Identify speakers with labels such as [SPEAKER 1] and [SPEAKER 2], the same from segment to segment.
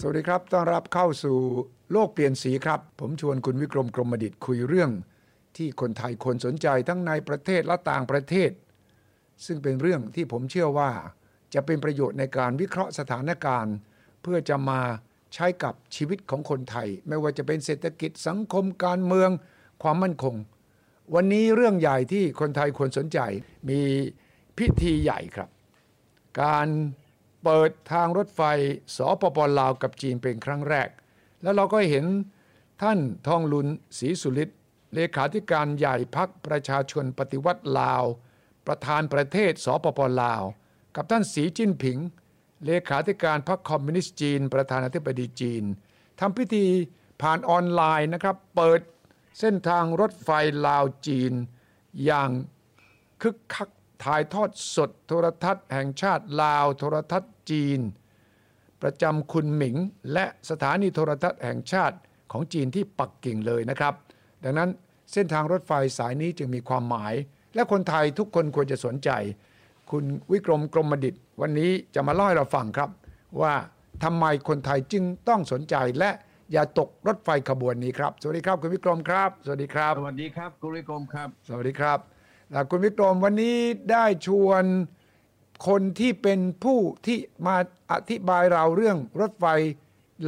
[SPEAKER 1] สวัสดีครับ ต้อนรับเข้าสู่โลกเปลี่ยนสีครับ ผมชวนคุณวิกรมกรมดิตคุยเรื่อง ที่คนไทยคนสนใจทั้งในประเทศและต่างประเทศ ซึ่งเป็นเรื่องที่ผมเชื่อว่า จะเป็นประโยชน์ในการวิเคราะห์สถานการณ์ เพื่อจะมาใช้กับชีวิตของคนไทย ไม่ว่าจะเป็นเศรษฐกิจสังคมการเมืองความมั่นคง วันนี้เรื่องใหญ่ที่คนไทยควรสนใจมีพิธีใหญ่ครับ การเปิดทางรถไฟสปปลาวกับจีนเป็นครั้งแรก แล้วเราก็เห็นท่านทองลุนศรีสุริศเลขาธิการใหญ่พักประชาชนปฏิวัติลาว ประธานประเทศสปปลาว กับท่านสีจิ้นผิง เลขาธิการพรรคคอมมิวนิสต์จีน ประธานาธิบดีจีนทำพิธีผ่านออนไลน์นะครับ เปิดเส้นทางรถไฟลาวจีนอย่าง คึกคักถ่ายทอดสดโทรทัศน์แห่งชาติลาว โทรทัศน์จีน ประจำคุณหมิง และสถานีโทรทัศน์แห่งชาติของจีนที่ปักกิ่งเลยนะครับ ดังนั้นเส้นทางรถไฟสายนี้จึงมีความหมาย และคนไทยทุกคนควรจะสนใจ คุณวิกรมกรมดิตวันนี้จะมาเล่าให้เราฟังครับ ว่าทำไมคนไทยจึงต้องสนใจและอย่าตกรถไฟขบวนนี้ครับสวัสดีครับคุณวิกรมครับ สวัสดีครับ
[SPEAKER 2] สวัสดีครับกุลิกรมครับ
[SPEAKER 1] สวัสดีครับอ่าคุณวิกรมวันนี้ได้ชวนคนที่เป็นผู้ที่มาอธิบายเราเรื่องรถไฟ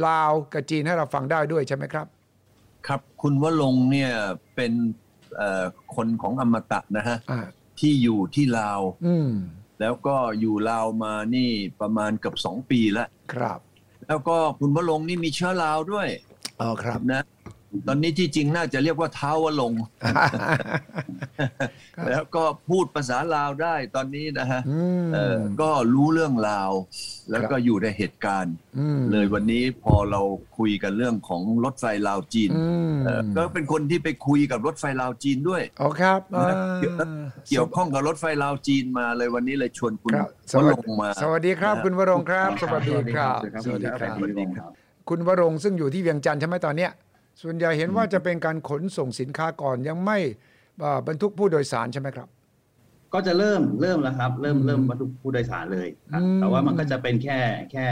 [SPEAKER 1] ลาวกับจีนให้เราฟังได้ด้วยใช่ไหมครับ
[SPEAKER 2] ครับ คุณวลงค์เนี่ยเป็นเอ่อคนของอมตะนะฮะ
[SPEAKER 1] อ่า
[SPEAKER 2] ที่อยู่ที่ลาว
[SPEAKER 1] อืม
[SPEAKER 2] แล้วก็อยู่ลาวมานี่ประมาณเกือบสองปีแล้ว
[SPEAKER 1] ครับ
[SPEAKER 2] แล้วก็คุณวลงค์นี่มีเชื้อลาวด้วย
[SPEAKER 1] อ๋อครับ
[SPEAKER 2] นะ ตอนนี้ที่จริงน่าจะเรียกว่าเท้าวลงค์
[SPEAKER 1] ครับ
[SPEAKER 2] แล้วก็พูดภาษาลาวได้ตอนนี้นะฮะ
[SPEAKER 1] อืม
[SPEAKER 2] เอ่อก็รู้เรื่องลาว แล้ว
[SPEAKER 1] ครับ
[SPEAKER 2] ก็อยู่ในเหตุการณ์
[SPEAKER 1] อืม
[SPEAKER 2] เลยวันนี้พอเราคุยกันเรื่องของรถไฟลาวจีน
[SPEAKER 1] อืม
[SPEAKER 2] เอ่อก็เป็นคนที่ไปคุยกับรถไฟลาวจีนด้วย
[SPEAKER 1] อ๋อครับอ่า
[SPEAKER 2] เกี่ยวข้องกับรถไฟลาวจีนมาเลยวันนี้เลยชวนคุณ
[SPEAKER 1] ครับส
[SPEAKER 2] ว
[SPEAKER 1] วัส
[SPEAKER 2] ลง
[SPEAKER 1] ดี
[SPEAKER 2] ค์มา
[SPEAKER 1] สวัสดีครับ
[SPEAKER 2] นะ
[SPEAKER 1] คุณวรงค์ครับ สวัสดีครับ
[SPEAKER 3] สวัสดีครับ
[SPEAKER 2] สวัสดีครับ
[SPEAKER 1] คุณวรงค์ซึ่งอยู่ที่เวียงจันทร์ใช่ไหมตอนเนี้ยส่วนใหญ่เห็นว่าจะเป็นการขนส่งสินค้าก่อนยังไม่เอ่อบรรทุกผู้โดยสารใช่ไหมครับ
[SPEAKER 3] ก็จะเริ่มเริ่มแล้วครับ เริ่มเริ่มบรรทุกผู้โดยสารเลยครับ
[SPEAKER 1] อืม
[SPEAKER 3] แต่ว่ามันก็จะเป็นแค่แค่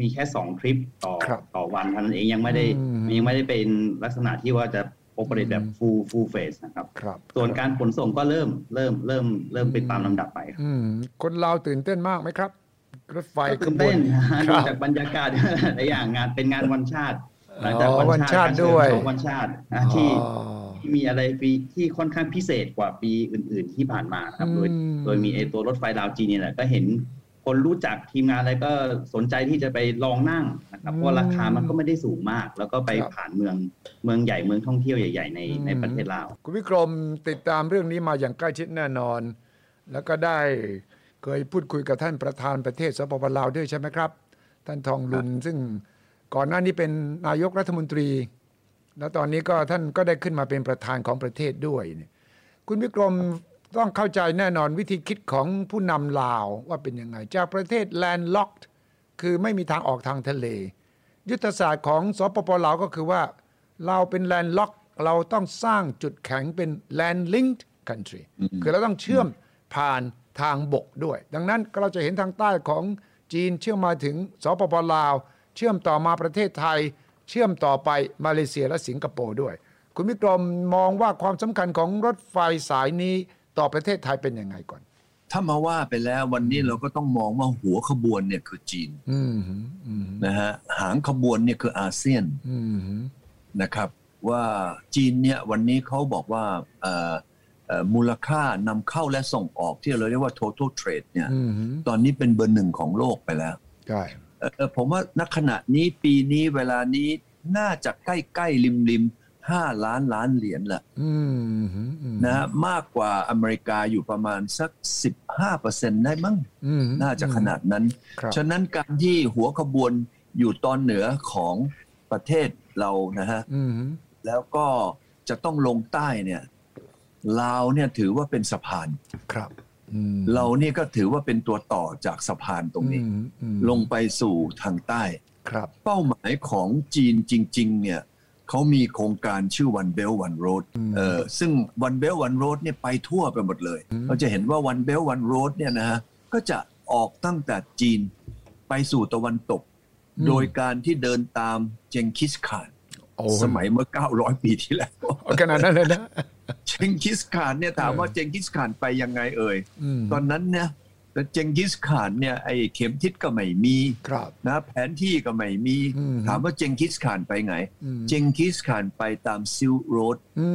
[SPEAKER 3] มีแค่สองทริปต่อ
[SPEAKER 1] ครับ
[SPEAKER 3] ต่อวันเท่านั้นเองยังไม่ได้
[SPEAKER 1] อืม
[SPEAKER 3] ยังไม่ได้เป็นลักษณะที่ว่าจะโอเปเรตแบบ full full phase นะครับ
[SPEAKER 1] ครับ
[SPEAKER 3] ส่วนการขนส่งก็เริ่มเริ่มเริ่มเริ่มเป็นตามลำดับไปครับ
[SPEAKER 1] อืมคนลาวตื่นเต้นมากไหมครับ รถไฟข
[SPEAKER 3] ก็ตื่น
[SPEAKER 1] บว
[SPEAKER 3] เต้
[SPEAKER 1] น
[SPEAKER 3] น
[SPEAKER 1] ครั
[SPEAKER 3] ดู
[SPEAKER 1] บ
[SPEAKER 3] จากบรรยากาศ หลายอย่างงานเป็นงานวันชาติหลังจาก
[SPEAKER 1] อ๋อ
[SPEAKER 3] วันชา
[SPEAKER 1] วันชา
[SPEAKER 3] ติ
[SPEAKER 1] ติด้วย
[SPEAKER 3] ก็เชิญเข้าวันชาตินะที่
[SPEAKER 1] อ๋อ
[SPEAKER 3] ที่มีอะไรปีที่ค่อนข้างพิเศษกว่าปีอื่น ๆ ที่ผ่านมานะครับ โดย
[SPEAKER 1] อืม
[SPEAKER 3] โดยมีไอตัวรถไฟดาวจีนเนี่ยแหละก็เห็นคนรู้จักทีมงานอะไรก็สนใจที่จะไปลองนั่งนะครับ เพราะว่าราคามันก็ไม่ได้สูงมาก แล้วก็ไปผ่านเมืองเมืองใหญ่เมืองท่องเที่ยวใหญ่ ๆ ในในประเทศลาว
[SPEAKER 1] คุณวิกรมติดตามเรื่องนี้มาอย่างใกล้ชิดแน่นอน แล้วก็ได้เคยพูดคุยกับท่านประธานประเทศสปปลาวด้วยใช่ไหมครับ ท่านทองลุนซึ่งก่อนหน้านี้เป็นนายกรัฐมนตรี แล้วตอนนี้ก็ท่านก็ได้ขึ้นมาเป็นประธานของประเทศด้วยเนี่ยคุณวิกรมต้องเข้าใจแน่นอนวิธีคิดของผู้นำลาวว่าเป็นยังไง จากประเทศแลนด์ล็อกคือไม่มีทางออกทางทะเล ยุทธศาสตร์ของสปปลาวก็คือว่า เราเป็นแลนด์ล็อกเราต้องสร้างจุดแข็งเป็นแลนด์ลิง e d country คือเราต้องเชื่อมผ่านทางบกด้วย ดังนั้นเราจะเห็นทางใต้ของจีนเชื่อมมาถึงสปปลาว เชื่อมต่อมาประเทศไทย เชื่อมต่อไปมาเลเซียและสิงคโปร์ด้วย คุณมิกรมมองว่าความสำคัญของรถไฟสายนี้ต่อประเทศไทยเป็นยังไงก่อน
[SPEAKER 2] ถ้ามาว่าไปแล้ววันนี้เราก็ต้องมองว่าหัวขบวนเนี่ยคือจีน
[SPEAKER 1] อืมหืมอืม
[SPEAKER 2] นะฮะหางขบวนเนี่ยคืออาเซียน
[SPEAKER 1] อืมหืม
[SPEAKER 2] นะครับ ว่าจีนเนี่ยวันนี้เขาบอกว่าเอ่อเอ่อมูลค่านำเข้าและส่งออกที่เราเรียกว่า total trade เนี่ย
[SPEAKER 1] อืมหืม
[SPEAKER 2] ตอนนี้เป็นเบอร์หนึ่งของโลกไปแล้ว
[SPEAKER 1] ใช่
[SPEAKER 2] เออผมว่าณขณะนี้ปีนี้เวลานี้น่าจะใกล้ๆริมริมห้าล้านล้านเหรียญแหละ
[SPEAKER 1] อืมหืมอืม
[SPEAKER 2] นะฮะมากกว่าอเมริกาอยู่ประมาณสัก 15%ได้มั้ง
[SPEAKER 1] อืมหืม
[SPEAKER 2] น่าจะขนาดนั้น
[SPEAKER 1] ครับ
[SPEAKER 2] ฉะนั้นการที่หัวขบวนอยู่ตอนเหนือของประเทศเรานะฮะ
[SPEAKER 1] อืมหืม
[SPEAKER 2] แล้วก็จะต้องลงใต้เนี่ยลาวเนี่ยถือว่าเป็นสะพาน
[SPEAKER 1] ครับอืม
[SPEAKER 2] เราเนี่ยก็ถือว่าเป็นตัวต่อจากสะพานตรงนี้
[SPEAKER 1] อืมหืม
[SPEAKER 2] ลงไปสู่ทางใต้
[SPEAKER 1] ครับ
[SPEAKER 2] เป้าหมายของจีนจริง ๆ เนี่ยเขามีโครงการชื่อ One Belt One Road
[SPEAKER 1] ม
[SPEAKER 2] เออซึ่ง One Belt One Road เนี่ยไปทั่วไปหมดเลย
[SPEAKER 1] อืม
[SPEAKER 2] เราจะเห็นว่า One Belt One Road เนี่ยนะฮะก็จะออกตั้งแต่จีนไปสู่ตะวันตก
[SPEAKER 1] ม
[SPEAKER 2] โดยการที่เดินตามเจงคิสข่าน
[SPEAKER 1] โอ้
[SPEAKER 2] สมัยเมื่อ 900 ปีที่แล้ว
[SPEAKER 1] เอาขนาดนั้นเลยนะ
[SPEAKER 2] เจงคิสข่านเนี่ยถามว่าเจงคิสข่านไปยังไงเอ่ย
[SPEAKER 1] อืม
[SPEAKER 2] ตอนนั้นเนี่ยแต่เจงกิสข่านเนี่ยไอ้เข็มทิศก็ไม่มี
[SPEAKER 1] ครับ
[SPEAKER 2] นะแผนที่ก็ไม่มี
[SPEAKER 1] อืม
[SPEAKER 2] ถามว่าเจงกิสข่านไปไง
[SPEAKER 1] อืม
[SPEAKER 2] เจงกิสข่านไปตามซิลโรด
[SPEAKER 1] อื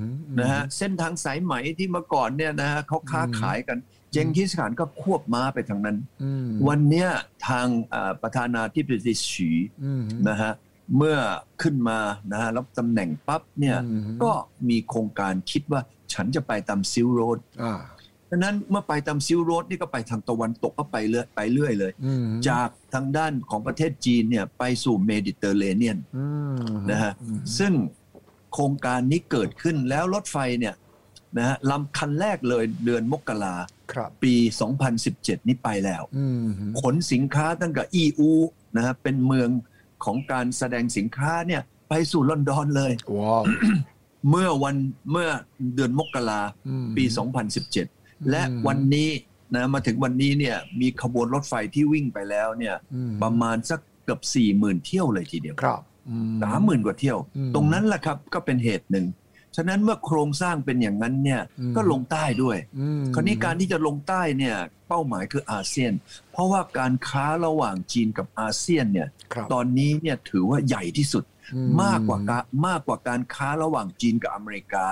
[SPEAKER 1] ม
[SPEAKER 2] นะฮะเส้นทางสายไหมที่เมื่อก่อนเนี่ยนะฮะเขาค้า
[SPEAKER 1] อืม
[SPEAKER 2] ขายกัน เจงกิสข่านก็ควบม้าไปทางนั้น
[SPEAKER 1] อืม
[SPEAKER 2] วันเนี้ยทางอ่าประธานาธิบดีฉี
[SPEAKER 1] อืม
[SPEAKER 2] นะฮะเมื่อขึ้นมานะฮะรับตำแหน่งปั๊บเนี่ย
[SPEAKER 1] อืม
[SPEAKER 2] ก็มีโครงการคิดว่าฉันจะไปตามซิลโรด
[SPEAKER 1] อ่า
[SPEAKER 2] ดังนั้นเมื่อไปตามซิลโรดนี่ก็ไปทางตะวันตกก็ไปเรื่อยไปเรื่อยเลย
[SPEAKER 1] อืม
[SPEAKER 2] จากทางด้านของประเทศจีนเนี่ยไปสู่เมดิเตอร์เรเนียน
[SPEAKER 1] อืม
[SPEAKER 2] นะฮะ
[SPEAKER 1] อืม
[SPEAKER 2] ซึ่งโครงการนี้เกิดขึ้นแล้วรถไฟเนี่ยนะฮะลำคันแรกเลยเดือนมกรา
[SPEAKER 1] ครับ
[SPEAKER 2] ปี 2017 นี้ไปแล้ว
[SPEAKER 1] อืม
[SPEAKER 2] ขนสินค้าตั้งแต่อีอูนะฮะเป็นเมืองของการแสดงสินค้าเนี่ยไปสู่ลอนดอนเลย
[SPEAKER 1] ว้าว
[SPEAKER 2] เมื่อวันเมื่อเดือนมกรา
[SPEAKER 1] อืม
[SPEAKER 2] ปี 2017 และวันนี้นะมาถึงวันนี้เนี่ยมีขบวนรถไฟที่วิ่งไปแล้วเนี่ย
[SPEAKER 1] อืม
[SPEAKER 2] ประมาณสักเกือบ40,000 เที่ยวเลยทีเดียว
[SPEAKER 1] ครับอืม
[SPEAKER 2] สามหมื่นกว่าเที่ยว
[SPEAKER 1] อืม
[SPEAKER 2] ตรงนั้นแหละครับก็เป็นเหตุหนึ่ง ฉะนั้นเมื่อโครงสร้างเป็นอย่างนั้นเนี่ย
[SPEAKER 1] อืม
[SPEAKER 2] ก็ลงใต้ด้วย
[SPEAKER 1] อืม
[SPEAKER 2] คราวนี้การที่จะลงใต้เนี่ยเป้าหมายคืออาเซียน เพราะว่าการค้าระหว่างจีนกับอาเซียนเนี่ย
[SPEAKER 1] ครับ
[SPEAKER 2] ตอนนี้เนี่ยถือว่าใหญ่ที่สุด
[SPEAKER 1] อืม
[SPEAKER 2] มากกว่ากามากกว่าการค้าระหว่างจีนกับอเมริกา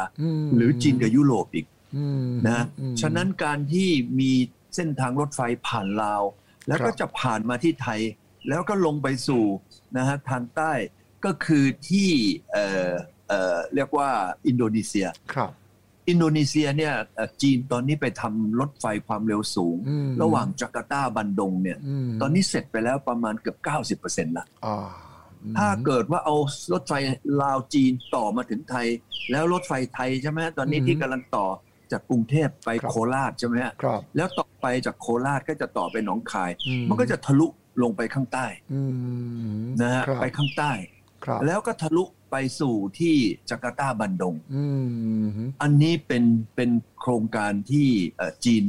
[SPEAKER 1] ม
[SPEAKER 2] หรือจีนกับยุโรปอีก
[SPEAKER 1] อืม
[SPEAKER 2] นะ
[SPEAKER 1] อืม
[SPEAKER 2] ฉะนั้นการที่มีเส้นทางรถไฟผ่านลาว แล้ว
[SPEAKER 1] ค
[SPEAKER 2] ก็
[SPEAKER 1] รับ
[SPEAKER 2] จะผ่านมาที่ไทย แล้วก็ลงไปสู่นะฮะทางใต้ก็คือที่เอ่อเอ่อเรียกว่าอินโดนีเซีย
[SPEAKER 1] ครับ
[SPEAKER 2] อินโดนีเซียเนี่ยเอ่อจีนตอนนี้ไปทำรถไฟความเร็วสูง
[SPEAKER 1] อืม
[SPEAKER 2] ระหว่างจาการ์ตาบันดงเนี่ย
[SPEAKER 1] ม
[SPEAKER 2] ตอนนี้เสร็จไปแล้วประมาณเกือบ 90%ละ
[SPEAKER 1] อ่า
[SPEAKER 2] ถ้าเกิดว่าเอารถไฟลาวจีนต่อมาถึงไทย แล้วรถไฟไทยใช่ไหมฮะตอนนี้ที่กำลังต่อจากกรุงเทพไปโคราชใช่ไหมฮะ
[SPEAKER 1] ครับ
[SPEAKER 2] แล้วต่อไปจากโคราชก็จะต่อไปหนองคาย
[SPEAKER 1] อื
[SPEAKER 2] มันก็จะทะลุลงไปข้างใต้
[SPEAKER 1] อืม
[SPEAKER 2] นะฮะ
[SPEAKER 1] ครับ
[SPEAKER 2] ไปข้างใต้
[SPEAKER 1] ครับ
[SPEAKER 2] แล้วก็ทะลุไปสู่ที่จาการ์ตาบันดง
[SPEAKER 1] อืม
[SPEAKER 2] อันนี้เป็นเป็นโครงการที่เอ่อจีน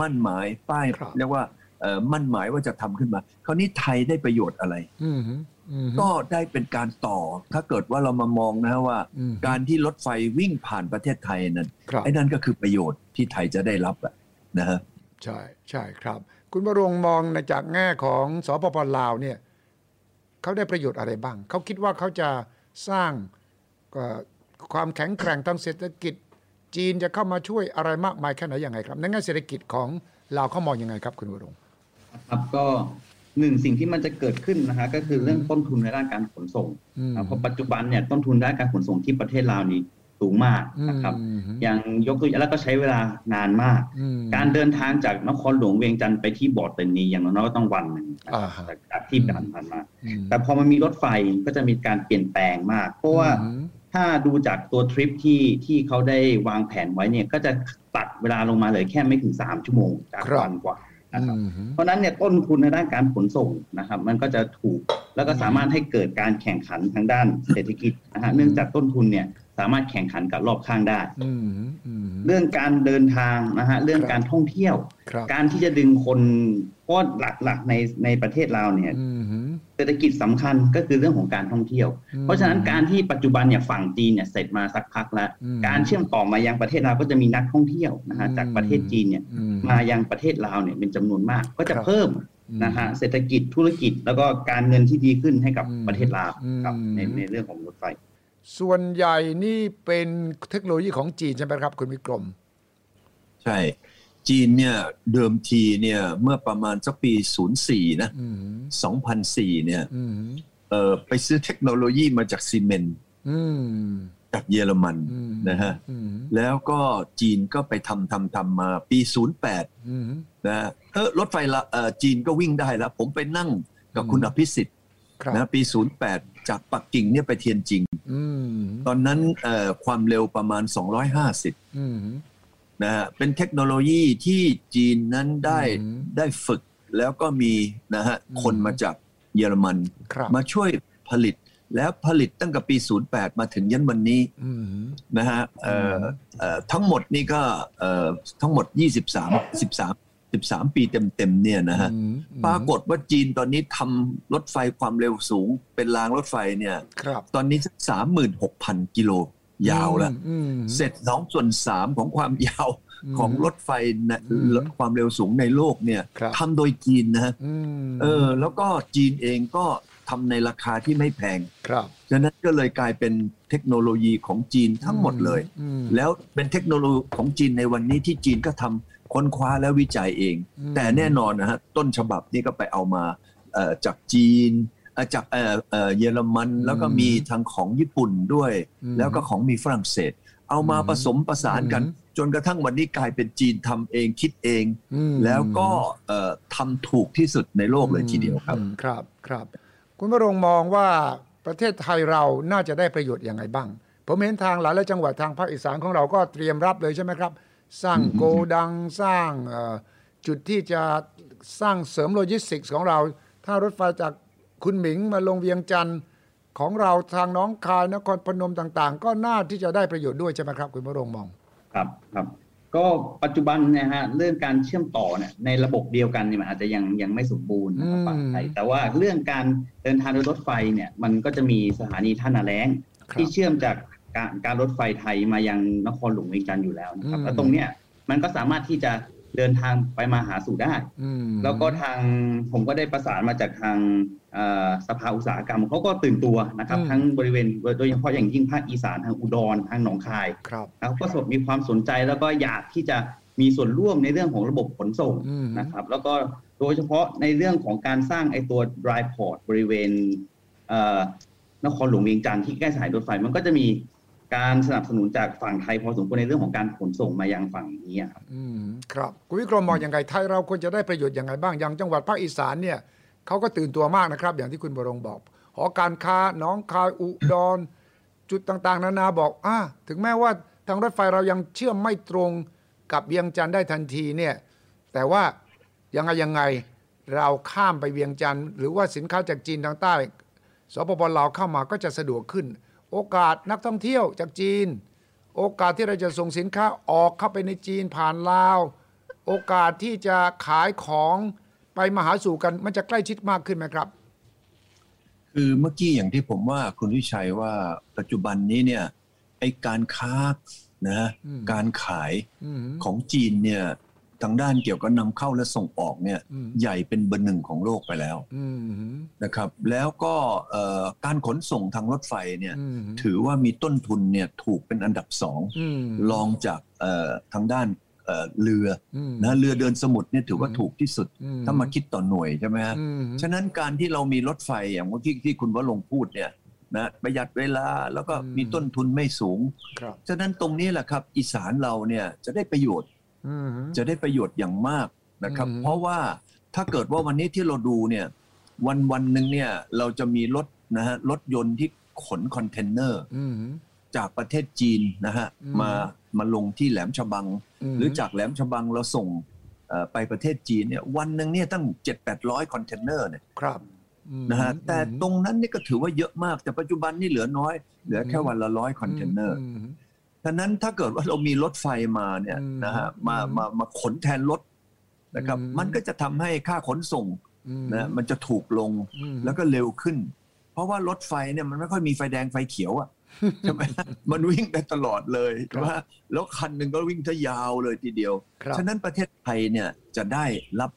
[SPEAKER 2] มั่นหมายป้าย
[SPEAKER 1] ครับ
[SPEAKER 2] เรียกว่าเอ่อมั่นหมายว่าจะทำขึ้นมา คราวนี้ไทยได้ประโยชน์อะไร
[SPEAKER 1] อืมอืม
[SPEAKER 2] ก็ได้เป็นการต่อ ถ้าเกิดว่าเรามามองนะฮะว่า
[SPEAKER 1] อืม
[SPEAKER 2] การที่รถไฟวิ่งผ่านประเทศไทยนั้น
[SPEAKER 1] ครับ
[SPEAKER 2] ไอ้นั่นก็คือประโยชน์ที่ไทยจะได้รับอะนะฮะ
[SPEAKER 1] ใช่ใช่ครับ คุณประรงค์มองในจากแง่ของสปปลาวเนี่ยเขาได้ประโยชน์อะไรบ้าง เขาคิดว่าเขาจะสร้างเอ่อความแข็งแกร่งทางเศรษฐกิจ จีนจะเข้ามาช่วยอะไรมากมายแค่ไหนยังไงครับในแง่เศรษฐกิจของลาวเขามองยังไงครับ คุณวรงค์
[SPEAKER 3] ครับก็หนึ่งสิ่งที่มันจะเกิดขึ้นนะฮะก็คือเรื่องต้นทุนในด้านการขนส่ง
[SPEAKER 1] อืม
[SPEAKER 3] นะเพราะปัจจุบันเนี่ยต้นทุนด้านการขนส่งที่ประเทศลาวนี่สูงมากนะครับ
[SPEAKER 1] อืม
[SPEAKER 3] อย่างยกตัวอย่างแล้วก็ใช้เวลานานมาก
[SPEAKER 1] อืม
[SPEAKER 3] การเดินทางจากนครหลวงเวียงจันทร์ไปที่บ่อเต็นนี้อย่างน้อยก็ต้องวันหนึ่ง
[SPEAKER 1] อ่าฮะ
[SPEAKER 3] จากจากที่ผ่านมา
[SPEAKER 1] อืม
[SPEAKER 3] แต่พอมันมีรถไฟก็จะมีการเปลี่ยนแปลงมาก เพราะว่า
[SPEAKER 1] อืม
[SPEAKER 3] ถ้าดูจากตัวทริปที่ที่เขาได้วางแผนไว้เนี่ยก็จะตัดเวลาลงมาเหลยแค่ไม่ถึง 3 ชั่วโมงจาก
[SPEAKER 1] ครับ
[SPEAKER 3] วันกว่านะครับ
[SPEAKER 1] อืม
[SPEAKER 3] เพราะฉะนั้นเนี่ยต้นทุนในด้านการขนส่งนะครับ มันก็จะถูกแล้วก็สามารถให้เกิดการแข่งขันทางด้านเศรษฐกิจนะฮะเนื่องจากต้นทุนเนี่ยสามารถแข่งขันกับรอบข้างได้
[SPEAKER 1] อืมอืม
[SPEAKER 3] เรื่องการเดินทางนะฮะเรื่อง
[SPEAKER 1] ครับ
[SPEAKER 3] การท่องเที่ยว
[SPEAKER 1] ครับ
[SPEAKER 3] การที่จะดึงคนเพราะหลักๆในในประเทศเราเนี่ย
[SPEAKER 1] อืม
[SPEAKER 3] เศรษฐกิจสำคัญก็คือเรื่องของการท่องเที่ยว
[SPEAKER 1] อืม
[SPEAKER 3] เพราะฉะนั้นการที่ปัจจุบันเนี่ยฝั่งจีนเนี่ยเสร็จมาสักพักแล้ว
[SPEAKER 1] อืม
[SPEAKER 3] การเชื่อมต่อมายังประเทศลาวก็จะมีนักท่องเที่ยวนะฮะ
[SPEAKER 1] อืม
[SPEAKER 3] จากประเทศจีนเนี่ย
[SPEAKER 1] อืม
[SPEAKER 3] มายังประเทศลาวเนี่ยเป็นจำนวนมาก ก็จะ
[SPEAKER 1] ครับ
[SPEAKER 3] เพิ่มนะฮะเศรษฐกิจธุรกิจแล้วก็การเงินที่ดีขึ้นให้กับประเทศลาวครับในในเรื่องของรถไฟ
[SPEAKER 1] ส่วนใหญ่นี่เป็นเทคโนโลยีของจีนใช่ไหมครับ คุณวิกรม
[SPEAKER 2] ใช่ จีนเนี่ยเดิมทีเนี่ยเมื่อประมาณสักปี 04 นะ
[SPEAKER 1] อืม
[SPEAKER 2] 2004 เนี่ย
[SPEAKER 1] อืม
[SPEAKER 2] เออไปซื้อเทคโนโลยีมาจากซีเมนต์
[SPEAKER 1] อืม
[SPEAKER 2] จากเยอรมัน
[SPEAKER 1] อืม
[SPEAKER 2] นะฮะ
[SPEAKER 1] อืม
[SPEAKER 2] แล้วก็จีนก็ไปทำทำทำมาปี 08
[SPEAKER 1] อืม
[SPEAKER 2] นะฮะเออรถไฟละเออจีนก็วิ่งได้แล้ว ผมไปนั่งกับคุณ
[SPEAKER 1] อืม
[SPEAKER 2] อภิสิทธิ์
[SPEAKER 1] ครับ
[SPEAKER 2] นะปี 08 จากปักกิ่งเนี่ยไปเทียนจิง
[SPEAKER 1] อืม
[SPEAKER 2] ตอนนั้นเอ่อความเร็วประมาณ 250
[SPEAKER 1] อืม
[SPEAKER 2] นะฮะเป็นเทคโนโลยีที่จีนนั้นได้
[SPEAKER 1] อืม
[SPEAKER 2] ได้ฝึกแล้วก็มีนะฮะ
[SPEAKER 1] อืม
[SPEAKER 2] คนมาจากเยอรมัน
[SPEAKER 1] ครับ
[SPEAKER 2] มาช่วยผลิตแล้วผลิตตั้งแต่ปี 08 มาถึงยันวันนี้
[SPEAKER 1] อืม
[SPEAKER 2] นะฮะเอ่อ
[SPEAKER 1] อืม
[SPEAKER 2] เอ่อทั้งหมดนี่ก็เอ่อทั้งหมด 23 13 13 ปีเต็มๆเนี่ยนะฮะ
[SPEAKER 1] อืมอืม
[SPEAKER 2] ปรากฏว่าจีนตอนนี้ทำรถไฟความเร็วสูง เป็นรางรถไฟเนี่ย
[SPEAKER 1] ครับ
[SPEAKER 2] ตอนนี้สามหมื่นหกพันกิโลยาวแล้ว
[SPEAKER 1] อืมอืม
[SPEAKER 2] เสร็จสองส่วนสามของความยาวของรถไฟนะ
[SPEAKER 1] อืม
[SPEAKER 2] ความเร็วสูงในโลกเนี่ย
[SPEAKER 1] ครับ
[SPEAKER 2] ทำโดยจีนนะฮะ
[SPEAKER 1] อืม
[SPEAKER 2] เออ แล้วก็จีนเองก็ทำในราคาที่ไม่แพง
[SPEAKER 1] ครับ
[SPEAKER 2] ฉะนั้นก็เลยกลายเป็นเทคโนโลยีของจีนทั้งหมดเลย
[SPEAKER 1] อืม
[SPEAKER 2] แล้วเป็นเทคโนโลยีของจีนในวันนี้ที่จีนก็ทำค้นคว้าและวิจัยเอง
[SPEAKER 1] อืม
[SPEAKER 2] แต่แน่นอนนะฮะต้นฉบับนี่ก็ไปเอามาเอ่อจากจีนเอ่อจากเอ่อเอ่อเยอรมันแล้วก็มีทางของญี่ปุ่นด้วย
[SPEAKER 1] อืม
[SPEAKER 2] แล้วก็ของมีฝรั่งเศส เอามา
[SPEAKER 1] อืม
[SPEAKER 2] ผสมประสานกัน
[SPEAKER 1] อืม
[SPEAKER 2] จนกระทั่งวันนี้กลายเป็นจีนทำเองคิดเอง
[SPEAKER 1] อืม
[SPEAKER 2] แล้วก็เอ่อทำถูกที่สุดในโลกเลยทีเดียวครับ
[SPEAKER 1] อืมครับครับคุณวรงค์มองว่าประเทศไทยเราน่าจะได้ประโยชน์อย่างไรบ้าง ผมเห็นทางหลายและจังหวัดทางภาคอีสานของเราก็เตรียมรับเลยใช่ไหมครับ สร้างโกดังสร้างเอ่อจุดที่จะสร้างเสริมโลจิสติกส์ของเรา ถ้ารถไฟจากคุณหมิงมาลงเวียงจันทร์ของเราทางหน้องคายนครพนมต่างๆ ก็น่าที่จะได้ประโยชน์ด้วยใช่ไหมครับ คุณวรงค์มอง
[SPEAKER 3] ครับครับก็ปัจจุบันเนยฮะเรื่องการเชื่อมต่อเนี่ยในระบบเดียวกันเนี่ยมันอาจจะยังยังไม่สมบูรณ์นะครับ
[SPEAKER 1] อืม
[SPEAKER 3] ฝั่งไทยแต่ว่าเรื่องการเดินทางโดยรถไฟเนี่ยมันก็จะมีสถานีท่านาแรง
[SPEAKER 1] ครับ
[SPEAKER 3] ที่เชื่อมจากการการรถไฟไทยมายังนครหลวงเวียงจันทร์อยู่แล้วนะครับ
[SPEAKER 1] อืม
[SPEAKER 3] แล้วตรงเนี้ยมันก็สามารถที่จะเดินทางไปมาหาสู่ได้
[SPEAKER 1] อืม
[SPEAKER 3] แล้วก็ทางผมก็ได้ประสานมาจากทางเอ่อสภาอุตสาหกรรมเขาก็ตื่นตัวนะครับ
[SPEAKER 1] อืม
[SPEAKER 3] ทั้งบริเวณโดยเฉพาะอย่างยิ่งภาคอีสานทางอุดรทางหนองคาย
[SPEAKER 1] ครับ
[SPEAKER 3] แล้วก็สดมีความสนใจแล้วก็อยากที่จะมีส่วนร่วมในเรื่องของระบบขนส่ง
[SPEAKER 1] อืม
[SPEAKER 3] นะครับ แล้วก็โดยเฉพาะในเรื่องของการสร้างไอตัว dry port บริเวณเอ่อนครหลวงเวียงจันทร์ที่ใกล้สายรถไฟมันก็จะมีการสนับสนุนจากฝั่งไทยพอสมควรในเรื่องของการขนส่งมายังฝั่งนี้อะครับ
[SPEAKER 1] อืมครับคุณวิกรมมองยังไงไทยเราควรจะได้ประโยชน์ยังไงบ้างอย่างจังหวัดภาคอีสานเนี่ยเขาก็ตื่นตัวมากนะครับ อย่างที่คุณบรงค์บอกหอการค้าหนองคายอุดร จุดต่างๆ นานาบอกอ่าถึงแม้ว่าทางรถไฟเรายังเชื่อมไม่ตรงกับเวียงจันทร์ได้ทันทีเนี่ยแต่ว่ายังไงยังไงเราข้ามไปเวียงจันทร์หรือว่าสินค้าจากจีนทางใต้ สปปลาวเข้ามาก็จะสะดวกขึ้น โอกาสนักท่องเที่ยวจากจีน โอกาสที่เราจะส่งสินค้าออกเข้าไปในจีนผ่านลาว โอกาสที่จะขายของไปมาหาสู่กันมันจะใกล้ชิดมากขึ้นไหมครับ
[SPEAKER 2] คือเมื่อกี้อย่างที่ผมว่าคุณวิชัยว่าปัจจุบันนี้เนี่ยไอการค้านะฮะ
[SPEAKER 1] อืม
[SPEAKER 2] การขาย
[SPEAKER 1] อืม
[SPEAKER 2] ของจีนเนี่ยทางด้านเกี่ยวกับนำเข้าและส่งออกเนี่ย
[SPEAKER 1] อืม
[SPEAKER 2] ใหญ่เป็นเบอร์หนึ่งของโลกไปแล้ว
[SPEAKER 1] อืม
[SPEAKER 2] นะครับ แล้วก็เอ่อการขนส่งทางรถไฟเนี่ย
[SPEAKER 1] อืม
[SPEAKER 2] ถือว่ามีต้นทุนเนี่ยถูกเป็นอันดับสอง
[SPEAKER 1] อืม
[SPEAKER 2] รองจากเอ่อทางด้านเอ่อเรือ
[SPEAKER 1] อืม
[SPEAKER 2] นะเรือเดินสมุทรเนี่ยถือว่า
[SPEAKER 1] อืม
[SPEAKER 2] ถูกที่สุด
[SPEAKER 1] อื
[SPEAKER 2] ถ้ามาคิดต่อหน่วยใช่ไหมฮะ
[SPEAKER 1] อืม
[SPEAKER 2] ฉะนั้นการที่เรามีรถไฟอย่างเมื่อกี้ที่คุณวรงค์พูดเนี่ยนะประหยัดเวลาแล้วก็
[SPEAKER 1] อืม
[SPEAKER 2] มีต้นทุนไม่สูง
[SPEAKER 1] ครับ
[SPEAKER 2] ฉะนั้นตรงนี้แหละครับอีสานเราเนี่ยจะได้ประโยชน์
[SPEAKER 1] อืม
[SPEAKER 2] จะได้ประโยชน์อย่างมากนะครับ
[SPEAKER 1] อืม
[SPEAKER 2] เพราะว่าถ้าเกิดว่าวันนี้ที่เราดูเนี่ยวันวันหนึ่งเนี่ยเราจะมีรถนะฮะรถยนต์ที่ขนคอนเทนเนอร์
[SPEAKER 1] อืม
[SPEAKER 2] จากประเทศจีนนะฮะ
[SPEAKER 1] อืม
[SPEAKER 2] มามาลงที่แหลมฉบัง
[SPEAKER 1] ม
[SPEAKER 2] หรือจากแหลมฉบังเราส่งเอ่อไปประเทศจีนเนี่ยวันหนึ่งเนี่ยตั้ง 7-800คอนเทนเนอร์เนี่ย
[SPEAKER 1] ครับอืม
[SPEAKER 2] นะฮะแต่
[SPEAKER 1] อืม
[SPEAKER 2] ตรงนั้นนี่ก็ถือว่าเยอะมาก แต่ปัจจุบันนี่เหลือน้อย เหลือแค่
[SPEAKER 1] อืม
[SPEAKER 2] วันละร้อยคอนเทนเนอร์
[SPEAKER 1] ม
[SPEAKER 2] ฉะนั้นถ้าเกิดว่าเรามีรถไฟมาเนี่ย
[SPEAKER 1] อืม
[SPEAKER 2] นะฮะมา
[SPEAKER 1] อืม
[SPEAKER 2] มามาขนแทนรถนะครับ
[SPEAKER 1] อืม
[SPEAKER 2] มันก็จะทำให้ค่าขนส่ง
[SPEAKER 1] อืม
[SPEAKER 2] นะมันจะถูกลง
[SPEAKER 1] อืม
[SPEAKER 2] แล้วก็เร็วขึ้น เพราะว่ารถไฟเนี่ยมันไม่ค่อยมีไฟแดงไฟเขียว อะใช่ไหม มันวิ่งได้ตลอดเลย
[SPEAKER 1] ครับ
[SPEAKER 2] ว่าแล้วคันหนึ่งก็วิ่งทะยาวเลยทีเดียว
[SPEAKER 1] ครับ
[SPEAKER 2] ฉะนั้นประเทศไทยเนี่ยจะได้รับ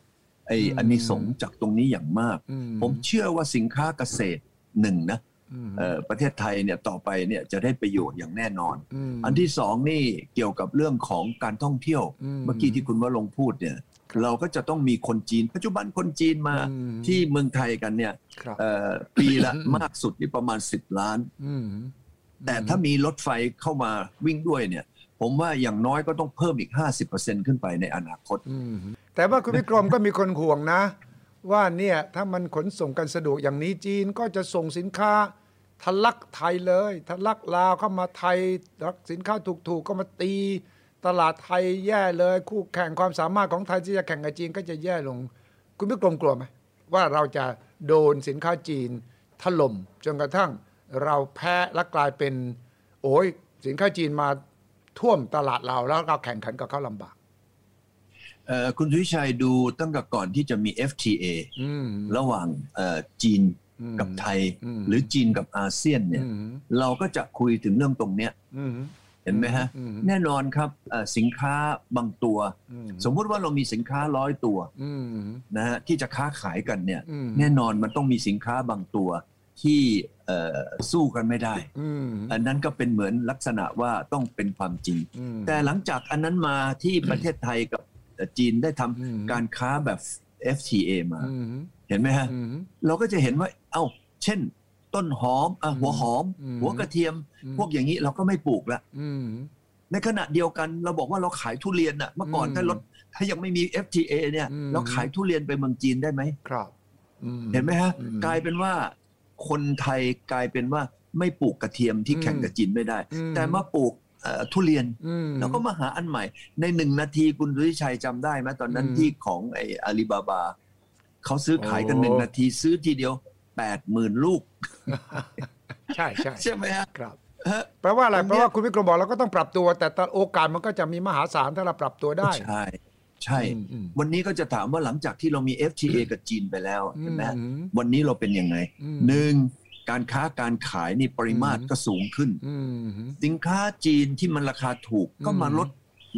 [SPEAKER 2] ไอ้
[SPEAKER 1] อืม
[SPEAKER 2] อานิสงส์จากตรงนี้อย่างมาก
[SPEAKER 1] อื
[SPEAKER 2] ผมเชื่อว่าสินค้าเกษตรหนึ่งนะ
[SPEAKER 1] อืม
[SPEAKER 2] เอ่อประเทศไทยเนี่ยต่อไปเนี่ยจะได้ประโยชน์อย่างแน่นอน
[SPEAKER 1] ม
[SPEAKER 2] อันที่สองนี่เกี่ยวกับเรื่องของการท่องเที่ยว
[SPEAKER 1] อืม
[SPEAKER 2] เมื่อกี้ที่คุณวรงค์พูดเนี่ยเราก็จะต้องมีคนจีน ปัจจุบันคนจีนมา
[SPEAKER 1] อืม
[SPEAKER 2] ที่เมืองไทยกันเนี่ย
[SPEAKER 1] ครับ
[SPEAKER 2] เอ่อปีละ
[SPEAKER 1] อืม
[SPEAKER 2] มากสุดนี่ประมาณ 10 ล้าน
[SPEAKER 1] อืม
[SPEAKER 2] แต่ถ้ามีรถไฟเข้ามาวิ่งด้วยเนี่ยผมว่าอย่างน้อยก็ต้องเพิ่มอีก 50%ขึ้นไปในอนาคต
[SPEAKER 1] อืมแต่ว่าคุณวิกรมก็มีคนห่วงนะ ว่าเนี่ยถ้ามันขนส่งกันสะดวกอย่างนี้จีนก็จะส่งสินค้าทะลักไทยเลยทะลักลาวเข้ามาไทยรักสินค้าถูกๆ ก็มาตี ตลาดไทยแย่เลย คู่แข่งความสามารถของไทยที่จะแข่งกับจีนก็จะแย่ลง คุณวิกรมกลัวไหมว่าเราจะโดนสินค้าจีนถล่มจนกระทั่งเราแพ้และกลายเป็น โอ้ยสินค้าจีนมาท่วมตลาดเราแล้วเราแข่งขันกับเขาลำบาก
[SPEAKER 2] เอ่อคุณสุวิชัยดูตั้งแต่ก่อนที่จะมี FTA
[SPEAKER 1] อืม
[SPEAKER 2] ระหว่างเอ่อจีน
[SPEAKER 1] อืม
[SPEAKER 2] กับไทย
[SPEAKER 1] อืม
[SPEAKER 2] หรือจีนกับอาเซียนเนี่ย
[SPEAKER 1] อืม
[SPEAKER 2] เราก็จะคุยถึงเรื่องตรงเนี้ย
[SPEAKER 1] อืม
[SPEAKER 2] เห็นไหมฮะ
[SPEAKER 1] อืม
[SPEAKER 2] แน่นอนครับเอ่อสินค้าบางตัว
[SPEAKER 1] อืม
[SPEAKER 2] สมมุติว่าเรามีสินค้าร้อยตัว
[SPEAKER 1] อืม
[SPEAKER 2] นะฮะที่จะค้าขายกันเนี่ย
[SPEAKER 1] อืม
[SPEAKER 2] แน่นอนมันต้องมีสินค้าบางตัวที่เอ่อสู้กันไม่ได้
[SPEAKER 1] อืม
[SPEAKER 2] อันนั้นก็เป็นเหมือนลักษณะว่าต้องเป็นความจริง
[SPEAKER 1] อืม
[SPEAKER 2] แต่หลังจากอันนั้นมาที่ประเทศไทยกับเอ่อจีนได้ทำ
[SPEAKER 1] อืม
[SPEAKER 2] การค้าแบบ FTA มา
[SPEAKER 1] อืม
[SPEAKER 2] เห็นไหมฮะ
[SPEAKER 1] อืม
[SPEAKER 2] เราก็จะเห็นว่า เอ้า เช่น ต้นหอมอ่ะ
[SPEAKER 1] อืม
[SPEAKER 2] หัวหอม
[SPEAKER 1] อืม
[SPEAKER 2] หัวกระเทียม
[SPEAKER 1] อืม
[SPEAKER 2] พวกอย่างนี้เราก็ไม่ปลูกละ
[SPEAKER 1] อืม
[SPEAKER 2] ในขณะเดียวกันเราบอกว่าเราขายทุเรียนอ่ะเมื่อก่อน
[SPEAKER 1] อืม
[SPEAKER 2] ถ้ารถถ้ายังไม่มี FTA เนี่ย
[SPEAKER 1] อืม
[SPEAKER 2] เราขายทุเรียนไปเมืองจีนได้ไหม
[SPEAKER 1] ครับอื
[SPEAKER 2] เห็นไหมฮะ
[SPEAKER 1] อืม
[SPEAKER 2] กลายเป็นว่าคนไทยกลายเป็นว่าไม่ปลูกกระเทียมที่
[SPEAKER 1] อืม
[SPEAKER 2] แข่งกับจีนไม่ได้
[SPEAKER 1] อืม
[SPEAKER 2] แต่มาปลูกเอ่อทุเรียน
[SPEAKER 1] อืม
[SPEAKER 2] แล้วก็มาหาอันใหม่ ในหนึ่งนาทีคุณรุธิชัยจำได้ไหมตอนนั้น
[SPEAKER 1] อืม
[SPEAKER 2] ที่ของไอ้อาลีบาบาเขาซื้อขายกัน
[SPEAKER 1] โอ้
[SPEAKER 2] หนึ่งนาทีซื้อทีเดียวแปดหมื่นลูก
[SPEAKER 1] ใช่ใช่
[SPEAKER 2] ใช่ไหมฮะ
[SPEAKER 1] ครับ
[SPEAKER 2] ฮะ
[SPEAKER 1] แปลว่าอะไร
[SPEAKER 2] ตรง
[SPEAKER 1] แป
[SPEAKER 2] เนี้
[SPEAKER 1] ล
[SPEAKER 2] ย
[SPEAKER 1] ว่าคุณวิกรมบอกเราก็ต้องปรับตัว แต่ตอนโอกาสมันก็จะมีมหาศาลถ้าเราปรับตัวได้
[SPEAKER 2] ใช่ ใช่
[SPEAKER 1] อืมอืม
[SPEAKER 2] วันนี้ก็จะถามว่าหลังจากที่เรามี FTA กับจีนไปแล้วเห็นไหมฮะ
[SPEAKER 1] อืม
[SPEAKER 2] วันนี้เราเป็นยังไง
[SPEAKER 1] อืม
[SPEAKER 2] หนึ่งการค้าการขายนี่ปริมาตร
[SPEAKER 1] อืม
[SPEAKER 2] ก็สูงขึ้น
[SPEAKER 1] อืม
[SPEAKER 2] สินค้าจีนที่มันราคาถูกก็
[SPEAKER 1] อืม
[SPEAKER 2] มาลด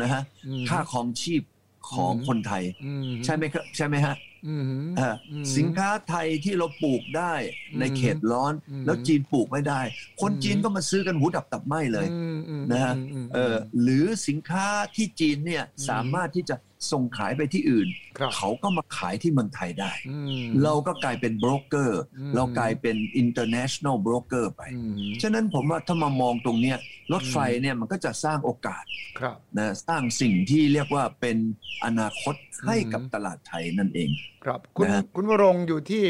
[SPEAKER 2] นะฮะ
[SPEAKER 1] อืม
[SPEAKER 2] ค่าครองชีพของ
[SPEAKER 1] อืม
[SPEAKER 2] คนไทย
[SPEAKER 1] อืม
[SPEAKER 2] ใช่ไหมครับใช่ไหมฮะ
[SPEAKER 1] อืม
[SPEAKER 2] เอ่ออ
[SPEAKER 1] ม
[SPEAKER 2] สินค้าไทยที่เราปลูกได้ใน
[SPEAKER 1] อืม
[SPEAKER 2] เขตร้อน
[SPEAKER 1] อืม
[SPEAKER 2] แล้วจีนปลูกไม่ได้ คน
[SPEAKER 1] อืม
[SPEAKER 2] จีนก็มาซื้อกันหูดับตับไหมเลย
[SPEAKER 1] อืมอืม
[SPEAKER 2] นะฮะ
[SPEAKER 1] มม
[SPEAKER 2] เออหรือสินค้าที่จีนเนี่ยสามารถที่จะส่งขายไปที่อื่น
[SPEAKER 1] ครับ
[SPEAKER 2] เขาก็มาขายที่เมืองไทยได้
[SPEAKER 1] อืม
[SPEAKER 2] เราก็กลายเป็นโบรกเกอร์
[SPEAKER 1] อืม
[SPEAKER 2] เรากลายเป็น international broker ไป
[SPEAKER 1] อืม
[SPEAKER 2] ฉะนั้นผมว่าถ้ามามองตรงเนี้ยรถไฟ
[SPEAKER 1] อืม
[SPEAKER 2] เนี่ยมันก็จะสร้างโอกาส
[SPEAKER 1] ครับ
[SPEAKER 2] นะสร้างสิ่งที่เรียกว่าเป็นอนาคตให้
[SPEAKER 1] อืม
[SPEAKER 2] กับตลาดไทยนั่นเอง
[SPEAKER 1] ครับคุณ
[SPEAKER 2] นะฮะ
[SPEAKER 1] คุณวรงค์อยู่ที่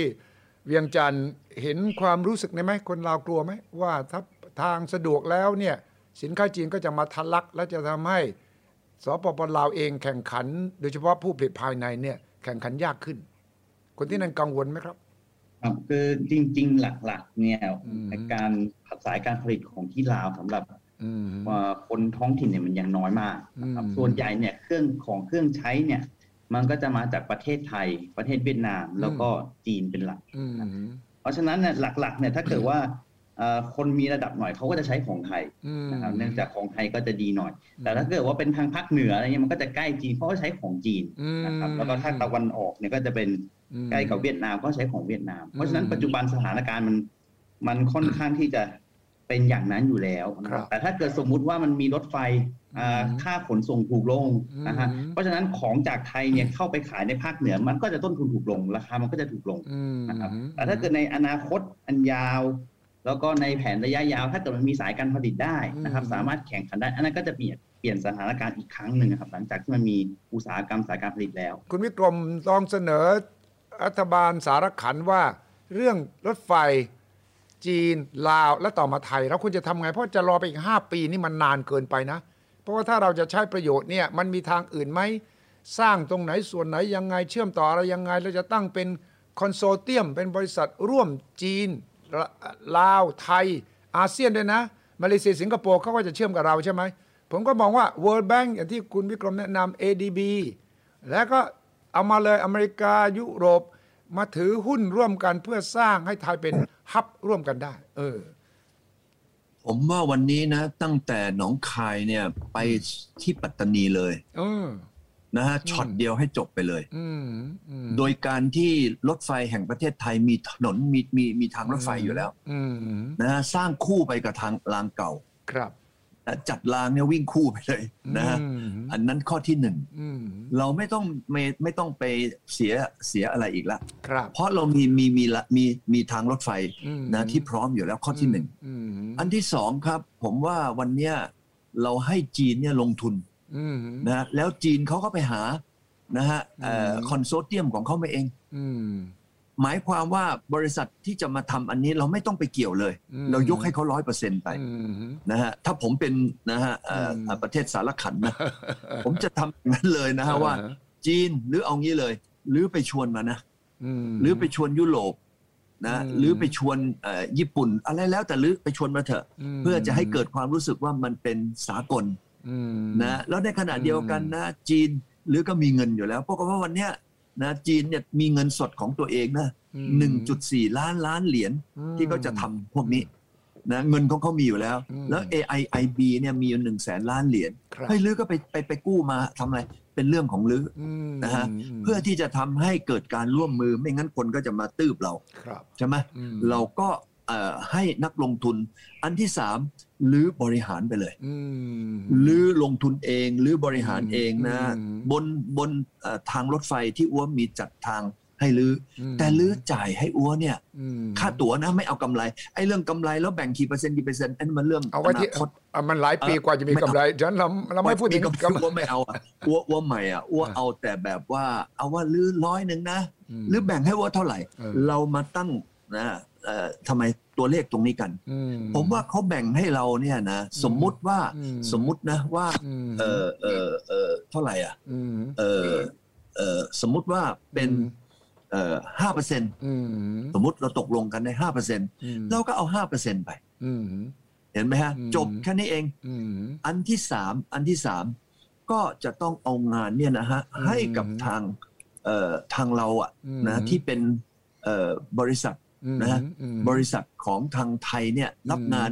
[SPEAKER 1] เวียงจันทร์เห็นความรู้สึกในไหมคนลาวกลัวไหมว่าถ้าทางสะดวกแล้วเนี่ยสินค้าจีนก็จะมาทะลัก และจะทำให้สปปลาวเองแข่งขัน โดยเฉพาะผู้ผลิตภายในเนี่ยแข่งขันยากขึ้น คนที่นั่นกังวลไหมครับ
[SPEAKER 3] ครับคือจริง ๆ หลักๆ เนี่ย
[SPEAKER 1] อืม
[SPEAKER 3] การสายการผลิตของที่ลาวสำหรับ
[SPEAKER 1] อืม
[SPEAKER 3] ว่าคนท้องถิ่นเนี่ยมันยังน้อยมากนะครับ
[SPEAKER 1] อืม
[SPEAKER 3] ส่วนใหญ่เนี่ยเครื่องของเครื่องใช้เนี่ย มันก็จะมาจากประเทศไทย ประเทศเวียดนาม
[SPEAKER 1] อืม
[SPEAKER 3] แล้วก็จีนเป็นหลัก
[SPEAKER 1] อืม
[SPEAKER 3] เพราะฉะนั้นเนี่ยหลักๆเนี่ยถ้าเกิดว่าเอ่อคนมีระดับหน่อยเขาก็จะใช้ของไทยนะครับเนื่องจากของไทยก็จะดีหน่อย แต่ถ้าเกิดว่าเป็นทางภาคเหนืออะไรเงี้ยมันก็จะใกล้จีนเขาก็ใช้ของจีนนะครับ
[SPEAKER 1] อืม
[SPEAKER 3] แล้วก็ถ้าตะวันออกเนี่ยก็จะเป็น
[SPEAKER 1] อืม
[SPEAKER 3] ใกล้กับเวียดนามก็ใช้ของเวียดนาม เพราะฉะนั้
[SPEAKER 1] อื
[SPEAKER 3] น
[SPEAKER 1] ม
[SPEAKER 3] ปัจจุบันสถานการณ์มันมันค่อนข้างที่จะเป็นอย่างนั้นอยู่แล้วนะค
[SPEAKER 1] ครั
[SPEAKER 3] รับบ แต่ถ้าเกิดสมมุติว่ามันมีรถไฟอ่า
[SPEAKER 1] อืม
[SPEAKER 3] ค่าขนส่งถูกลงนะฮะ
[SPEAKER 1] อืม
[SPEAKER 3] เพราะฉะนั้นของจากไทยเนี่ยเข้าไปขายในภาคเหนือ มันก็จะต้นทุนถูกลงราคามันก็จะถูกลง
[SPEAKER 1] อืม
[SPEAKER 3] นะครับแต่ถ้าเกิดในอนาคตอันยาว แล้วก็ในแผนระยะยาว ถ้าเกิดมันมีสายการผลิตได้นะครับ สามารถแข่งขันได้อันนั้นก็จะเปลี่ยนเปลี่ยนสถานการณ์อีกครั้งหนึ่งนะครับหลังจากที่มันมีอุตสาหกรรมสายการผลิตแล้ว
[SPEAKER 1] คุณวิกรมลองเสนอรัฐบาลสารขันว่าเรื่องรถไฟจีนลาวและต่อมาไทยเราควรจะทำไง เพราะจะรอไปอีก 5 ปีนี่มันนานเกินไปนะ เพราะว่าถ้าเราจะใช้ประโยชน์เนี่ยมันมีทางอื่นไหม สร้างตรงไหนส่วนไหนยังไงเชื่อมต่ออะไรยังไง เราจะตั้งเป็นคอนโซเทียม เป็นบริษัทร่วมจีนละลาวไทย อาเซียนด้วยนะ มาเลเซียสิงคโปร์เขาก็จะเชื่อมกับเราใช่ไหม ผมก็มองว่า World Bank อย่างที่คุณวิกรมแนะนำ ADB แล้วก็เอามาเลยอเมริกายุโรป มาถือหุ้นร่วมกันเพื่อสร้างให้ไทยเป็นฮับร่วมกันได้ เออ
[SPEAKER 2] ผมว่าวันนี้นะตั้งแต่หนองคายเนี่ยไปที่ปัตตานีเลย
[SPEAKER 1] เออ
[SPEAKER 2] นะฮะช็อตเดียวให้จบไปเลย
[SPEAKER 1] อืมอืม
[SPEAKER 2] โดยการที่รถไฟแห่งประเทศไทยมีถนนมีมีมีทางรถไฟอยู่แล้ว
[SPEAKER 1] อืม
[SPEAKER 2] นะฮะสร้างคู่ไปกับทางรางเก่า
[SPEAKER 1] ครับ
[SPEAKER 2] นะจัดรางเนี่ยวิ่งคู่ไปเลยนะฮะ
[SPEAKER 1] อืม
[SPEAKER 2] อันนั้นข้อที่หนึ่ง
[SPEAKER 1] อืม
[SPEAKER 2] เราไม่ต้องไม่ไม่ต้องไปเสียเสียอะไรอีกละ
[SPEAKER 1] ครับ
[SPEAKER 2] เพราะเรามีมีมีละมีมีทางรถไฟ
[SPEAKER 1] อืม
[SPEAKER 2] นะที่พร้อมอยู่แล้วข้อที่หนึ่ง
[SPEAKER 1] อืม
[SPEAKER 2] อันที่สองครับ ผมว่าวันเนี้ยเราให้จีนเนี่ยลงทุน
[SPEAKER 1] อืม
[SPEAKER 2] นะฮะแล้วจีนเขาก็ไปหานะฮะเอ่อ
[SPEAKER 1] อืม
[SPEAKER 2] คอนโซเทียมของเขามาเอง
[SPEAKER 1] อืม
[SPEAKER 2] หมายความว่าบริษัทที่จะมาทำอันนี้เราไม่ต้องไปเกี่ยวเลย
[SPEAKER 1] อืม
[SPEAKER 2] เรายกให้เขาร้อยเปอร์เซ็นต์ไป
[SPEAKER 1] อืม
[SPEAKER 2] นะฮะถ้าผมเป็นนะฮะเอ่อ
[SPEAKER 1] อืม
[SPEAKER 2] อ่าประเทศสารขัน นะ ผมจะทำอย่างนั้นเลยนะฮะว่า จีนหรือเอางี้เลย หรือไปชวนมานะ
[SPEAKER 1] ม
[SPEAKER 2] หรือไปชวนยุโรปนะ
[SPEAKER 1] อืม
[SPEAKER 2] หรือไปชวนเอ่อญี่ปุ่น อะไรแล้วแต่หรือไปชวนมาเถอะ
[SPEAKER 1] อืม
[SPEAKER 2] เพื่อจะให้เกิดความรู้สึกว่ามันเป็นสากล
[SPEAKER 1] อืม
[SPEAKER 2] นะแล้วในขณะเดียวกันนะ จีน หรือก็มีเงินอยู่แล้วเพราะว่าวันเนี้ยนะจีนเนี่ยมีเงินสดของตัวเองนะ
[SPEAKER 1] อืม
[SPEAKER 2] หนึ่งจุดสี่ล้านล้านเหรียญที่เขาจะทำพวกนี้นะเงินของเขามีอยู่แล้ว
[SPEAKER 1] อืม
[SPEAKER 2] แล้ว AIIB เนี่ยมีอยู่หนึ่งแสนล้านเหรียญ
[SPEAKER 1] ครับ
[SPEAKER 2] ให้ลือก็ไปไปไปกู้มาทำอะไรเป็นเรื่องของลือ
[SPEAKER 1] อืม
[SPEAKER 2] นะฮะ
[SPEAKER 1] ม
[SPEAKER 2] เพื่อที่จะทำให้เกิดการร่วมมือไม่งั้นคนก็จะมาตืบเรา
[SPEAKER 1] ครับ
[SPEAKER 2] ใช่ไหม
[SPEAKER 1] อืม
[SPEAKER 2] เราก็เอ่อให้นักลงทุน อันที่สามหรือบริหารไปเลย
[SPEAKER 1] อืม
[SPEAKER 2] หรือลงทุนเองหรือบริหารเองนะ
[SPEAKER 1] อืม
[SPEAKER 2] บนบนเอ่อทางรถไฟที่อ้วมีจัดทางให้ลือ
[SPEAKER 1] ม
[SPEAKER 2] แต่ลือจ่ายให้อ้วเนี่ย
[SPEAKER 1] อืม
[SPEAKER 2] ค่าตั๋วนะไม่เอากำไรไอ้เรื่องกำไรแล้วแบ่งกี่เปอร์เซ็นต์กี่เปอร์เซ็นต์อันนั้นมันเรื่อง
[SPEAKER 1] เอาไว้ที่
[SPEAKER 2] นคต
[SPEAKER 1] อ่ะมันหลายปี
[SPEAKER 2] เอ่อก
[SPEAKER 1] ว่าจะมี
[SPEAKER 2] ไม่
[SPEAKER 1] กำ
[SPEAKER 2] ทำ
[SPEAKER 1] ไรฉะนันเราเราไม่พูดถึง
[SPEAKER 2] กำไร
[SPEAKER 1] กำไร
[SPEAKER 2] อ้วไม่เอาอะอ้วอ้วใหม่อ่ะอ้ว
[SPEAKER 1] อ่ะ
[SPEAKER 2] เอาแต่แบบว่าเอาว่าลือร้อยหนึ่งนะ
[SPEAKER 1] ม
[SPEAKER 2] หรือแบ่งให้อ้วเท่าไหร่
[SPEAKER 1] เออ
[SPEAKER 2] เรามาตั้งนะเอ่อทำไมตัวเลขตรงนี้กัน
[SPEAKER 1] อื
[SPEAKER 2] ผมว่าเขาแบ่งให้เราเนี่ยนะสมมุติว่า
[SPEAKER 1] อืม
[SPEAKER 2] สมมุตินะว่า
[SPEAKER 1] ม
[SPEAKER 2] เออเออเออเท่าไหร่อ่ะ
[SPEAKER 1] ม
[SPEAKER 2] เออเออสมมุติว่าเป็นเออห้าเปอร์เซ็น
[SPEAKER 1] อืม
[SPEAKER 2] สมมติเราตกลงกันในห้าเปอร์เซ็น
[SPEAKER 1] อืม
[SPEAKER 2] เราก็เอาห้าเปอร์เซ็นไป
[SPEAKER 1] อืม
[SPEAKER 2] เห็นไหมฮะ
[SPEAKER 1] อืม
[SPEAKER 2] จบแค่นี้เอง
[SPEAKER 1] อืม
[SPEAKER 2] อันที่สามอันที่สามก็จะต้องเอางานเนี่ยนะฮะ
[SPEAKER 1] อืม
[SPEAKER 2] ให้กับทางเอ่อทางเราอะ
[SPEAKER 1] อืม
[SPEAKER 2] นะที่เป็นเอ่อบริษัท
[SPEAKER 1] อืม
[SPEAKER 2] นะฮะ
[SPEAKER 1] อืม
[SPEAKER 2] บริษัทของทางไทยเนี่ยรับ
[SPEAKER 1] อืม
[SPEAKER 2] งาน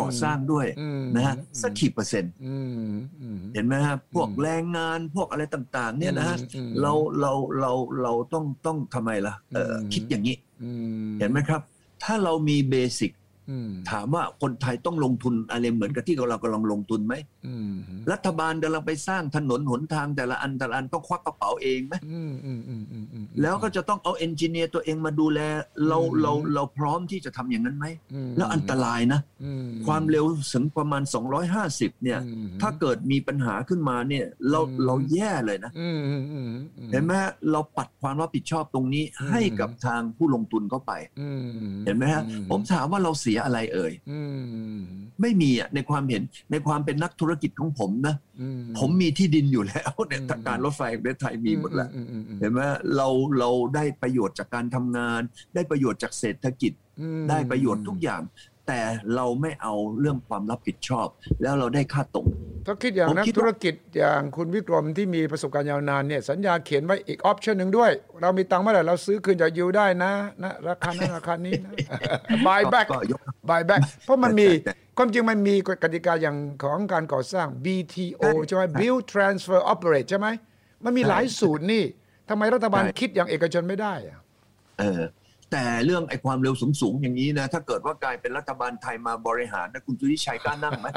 [SPEAKER 2] ก่อสร้างด้วย
[SPEAKER 1] อืม
[SPEAKER 2] นะฮะสักกี่เปอร์เซ็นต์
[SPEAKER 1] อืมอืม
[SPEAKER 2] เห็นไหมฮะพวก
[SPEAKER 1] อืม
[SPEAKER 2] แรงงานพวกอะไรต่างๆ เนี่ยนะฮะ
[SPEAKER 1] อืม
[SPEAKER 2] เราเราเราเราต้องต้องทำไมล่ะเอออ
[SPEAKER 1] ม
[SPEAKER 2] คิดอย่างนี้
[SPEAKER 1] อื
[SPEAKER 2] เห็นไหมครับ ถ้าเรามีเบสิก
[SPEAKER 1] อืม
[SPEAKER 2] ถามว่าคนไทยต้องลงทุนอะไรเหมือนกับที่เรากำลังลงทุนไหม
[SPEAKER 1] อืม
[SPEAKER 2] รัฐบาลกำลังไปสร้างถนนหนทางแต่ละอันแต่ละอันต้องควักกระเป๋าเองไหม
[SPEAKER 1] อืมอืมอืมอืมอืม
[SPEAKER 2] แล้วก็จะต้องเอาเอนจิเนียร์ตัวเองมาดูแลเรา
[SPEAKER 1] อืม
[SPEAKER 2] เราเราพร้อมที่จะทำอย่างนั้นไหม
[SPEAKER 1] ม
[SPEAKER 2] แล้วอันตรายนะ
[SPEAKER 1] อื
[SPEAKER 2] ความเร็วถึงประมาณ 250 เนี่ย
[SPEAKER 1] อืม
[SPEAKER 2] ถ้าเกิดมีปัญหาขึ้นมาเนี่ยเรา
[SPEAKER 1] อืม
[SPEAKER 2] เราแย่เลยนะ
[SPEAKER 1] อืมอืมอืมอื
[SPEAKER 2] เห็นไหมฮะเราปัดความรับผิดชอบตรงนี้
[SPEAKER 1] อืม
[SPEAKER 2] ให้กับทางผู้ลงทุนเข้าไป
[SPEAKER 1] อืม
[SPEAKER 2] เห็นไหมฮะ
[SPEAKER 1] อื
[SPEAKER 2] ผมถามว่าเราเสียอะไรเอ่ย
[SPEAKER 1] อืม
[SPEAKER 2] ไม่มีอ่ะในความเห็นในความเป็นนักธุรกิจของผมนะ
[SPEAKER 1] อื
[SPEAKER 2] ผมมีที่ดินอยู่แล้ว เนี่ย
[SPEAKER 1] อืม
[SPEAKER 2] ทางการรถไฟประเทศไทยมีหมดแล้ว
[SPEAKER 1] อือืมอืม
[SPEAKER 2] เห็นไหมเราเราได้ประโยชน์จากการทำงาน ได้ประโยชน์จากเศรษฐกิจ
[SPEAKER 1] อืม
[SPEAKER 2] ได้ประโยชน์ทุกอย่าง แต่เราไม่เอาเรื่องความรับผิดชอบ แล้วเราได้ค่าตรง
[SPEAKER 1] ถ้าคิดอย่างนั
[SPEAKER 2] ผ
[SPEAKER 1] ก
[SPEAKER 2] มคิดว่า
[SPEAKER 1] ธุรกิจอย่างคุณวิกรมที่มีประสบการณ์ยาวนานเนี่ยสัญญาเขียนไว้อีกออปชั่นหนึ่งด้วย เรามีตังค์เมื่อไหร่เราซื้อคืนจากยูได้นะนะราคา นั้นราคานี้นะ buy back
[SPEAKER 2] ก็ยก
[SPEAKER 1] buy back เพราะมันมี
[SPEAKER 2] แต่แต่
[SPEAKER 1] ความจริงมันมีกติกาอย่างของการก่อสร้าง BTO
[SPEAKER 2] ใช่
[SPEAKER 1] ใช่ไหม
[SPEAKER 2] ใช่
[SPEAKER 1] Build Transfer Operate ใช่ไหมมันมีหลายสูตรนี่ทำไมรัฐบาล
[SPEAKER 2] ใช่
[SPEAKER 1] คิดอย่างเอกชนไม่ได้อะ
[SPEAKER 2] เออแต่เรื่องไอ้ความเร็วสูงสูงๆอย่างนี้นะถ้าเกิดว่ากลายเป็นรัฐบาลไทยมาบริหารนะคุณจุลิชัยกล้านั่ง ไหม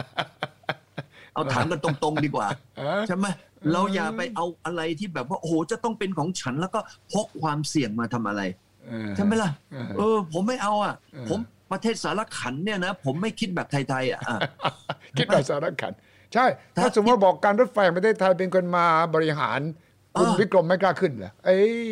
[SPEAKER 2] เอาถามกันตรงๆดีกว่า
[SPEAKER 1] อ่ะ
[SPEAKER 2] ใช่ไหมเราอย่าไปเอาอะไรที่แบบว่าโอ้โหจะต้องเป็นของฉันแล้วก็พกความเสี่ยงมาทำอะไร ใช่ไหมล่ะ
[SPEAKER 1] เออ
[SPEAKER 2] เออ ผมไม่เอาอ่ะ
[SPEAKER 1] เออ
[SPEAKER 2] ผมประเทศสารขันเนี่ยนะ ผมไม่คิดแบบไทยๆ อ่ะอ่ะ
[SPEAKER 1] คิดแบบสารขัน ใช่ ถ้า
[SPEAKER 2] ถ้า
[SPEAKER 1] สมมติว่าบอกการรถไฟแห่งประเทศไทยเป็นคนมาบริหาร คุณ
[SPEAKER 2] เออ
[SPEAKER 1] วิกรมไม่กล้าขึ้นเหรอเอ้ย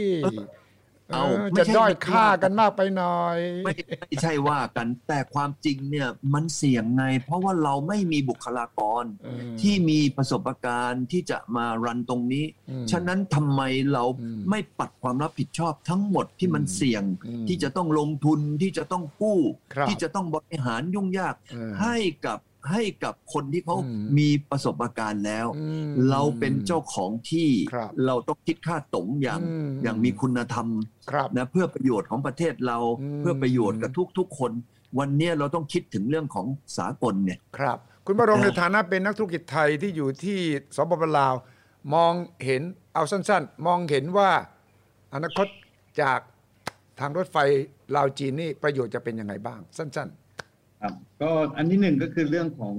[SPEAKER 2] เอา
[SPEAKER 1] เออ
[SPEAKER 2] ไม่
[SPEAKER 1] จะ
[SPEAKER 2] ใช่
[SPEAKER 1] ด้อยค่ากันมากไปหน่อย
[SPEAKER 2] ไม่ไม่ใช่ว่ากันแต่ความจริงเนี่ยมันเสี่ยงไง เพราะว่าเราไม่มีบุคลากร
[SPEAKER 1] เออ
[SPEAKER 2] ที่มีประสบการณ์ที่จะมารันตรงนี้
[SPEAKER 1] อืม
[SPEAKER 2] ฉะนั้นทำไมเรา
[SPEAKER 1] อืม
[SPEAKER 2] ไม่ปัดความรับผิดชอบทั้งหมดที่มันเสี่ยง
[SPEAKER 1] อืม
[SPEAKER 2] ที่จะต้องลงทุนที่จะต้องกู้
[SPEAKER 1] ครับ
[SPEAKER 2] ที่จะต้องบริหารยุ่งยาก
[SPEAKER 1] เออ
[SPEAKER 2] ให้กับให้กับคนที่เขา
[SPEAKER 1] อืม
[SPEAKER 2] มีประสบการณ์แล้ว
[SPEAKER 1] อืม
[SPEAKER 2] เราเป็นเจ้าของที่
[SPEAKER 1] ครับ
[SPEAKER 2] เราต้องคิดค่าตงอย่าง
[SPEAKER 1] อืม
[SPEAKER 2] อย่างมีคุณธรรม
[SPEAKER 1] ครับ
[SPEAKER 2] นะเพื่อประโยชน์ของประเทศเรา
[SPEAKER 1] อืม
[SPEAKER 2] เพื่อประโยชน์กับทุกๆคน วันเนี้ยเราต้องคิดถึงเรื่องของสากลเนี่ย
[SPEAKER 1] ครับ คุณบรม
[SPEAKER 2] เออ
[SPEAKER 1] ในฐานะเป็นนักธุรกิจไทยที่อยู่ที่สปปลาว มองเห็นเอาสั้น ๆ มองเห็นว่าอนาคตจากทางรถไฟลาวจีนนี่ประโยชน์จะเป็นยังไงบ้าง สั้น
[SPEAKER 3] ครับก็อันที่หนึ่งก็คือเรื่องของ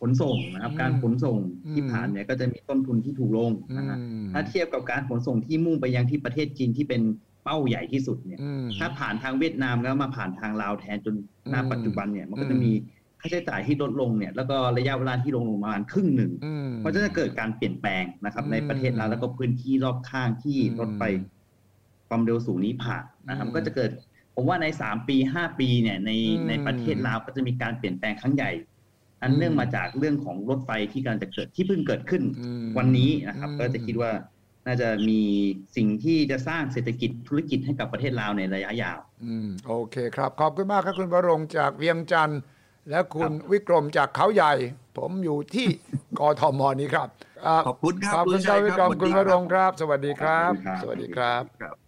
[SPEAKER 3] ขนส่งนะครับ
[SPEAKER 1] อืม
[SPEAKER 3] การขนส่งที่
[SPEAKER 1] อืม
[SPEAKER 3] ผ่านเนี่ยก็จะมีต้นทุนที่ถูกลงนะฮะ
[SPEAKER 1] อืม
[SPEAKER 3] ถ้าเทียบกับการขนส่งที่มุ่งไปยังที่ประเทศจีนที่เป็นเป้าใหญ่ที่สุดเนี่ย
[SPEAKER 1] ๆ อืม
[SPEAKER 3] ถ้าผ่านทางเวียดนามแล้วมาผ่านทางลาวแทนจนหน้า
[SPEAKER 1] อืม
[SPEAKER 3] ปัจจุบันเนี่ยมันก็
[SPEAKER 1] อืม
[SPEAKER 3] จะมีค่าใช้จ่ายที่ลดลงเนี่ยแล้วก็ระยะเวลาที่ลงลงประมาณครึ่งหนึ่ง
[SPEAKER 1] อืม
[SPEAKER 3] เพราะฉะนั้นเกิดการเปลี่ยนแปลงนะครับ
[SPEAKER 1] อืม
[SPEAKER 3] ในประเทศลาวแล้วก็พื้นที่รอบข้างที่รถไฟความเร็วสูงนี้ผ่านนะครับ
[SPEAKER 1] อืม
[SPEAKER 3] ก็จะเกิด ผมว่าใน 3 ปี 5 ปีเนี่ยใน
[SPEAKER 1] อืม
[SPEAKER 3] ในประเทศลาวก็จะมีการเปลี่ยนแปลงครั้งใหญ่ อัน
[SPEAKER 1] อืม
[SPEAKER 3] เนื่องมาจากเรื่องของรถไฟที่กำลังจะเกิดที่เพิ่งเกิดขึ้น
[SPEAKER 1] อืม
[SPEAKER 3] วันนี้นะครับ
[SPEAKER 1] อืม
[SPEAKER 3] ก็จะคิดว่าน่าจะมีสิ่งที่จะสร้างเศรษฐกิจธุรกิจให้กับประเทศลาวในระยะยาว
[SPEAKER 1] อืมโอเคครับ ขอบคุณมากครับคุณประรงค์จากเวียงจันทร์และคุณวิกรมจากเขาใหญ่ ผมอยู่ที่ กทมนี้ครับอ่า
[SPEAKER 2] ขอบคุณครับ
[SPEAKER 1] ขอบคุณครับ
[SPEAKER 2] ณชัย
[SPEAKER 1] วิกรม
[SPEAKER 2] สวัส
[SPEAKER 1] คุณ
[SPEAKER 2] ดี
[SPEAKER 1] พระรงค์ครับ สวัสดีครับ
[SPEAKER 3] ขอบคุณครับ
[SPEAKER 1] สวัสดีครับ
[SPEAKER 2] ครับ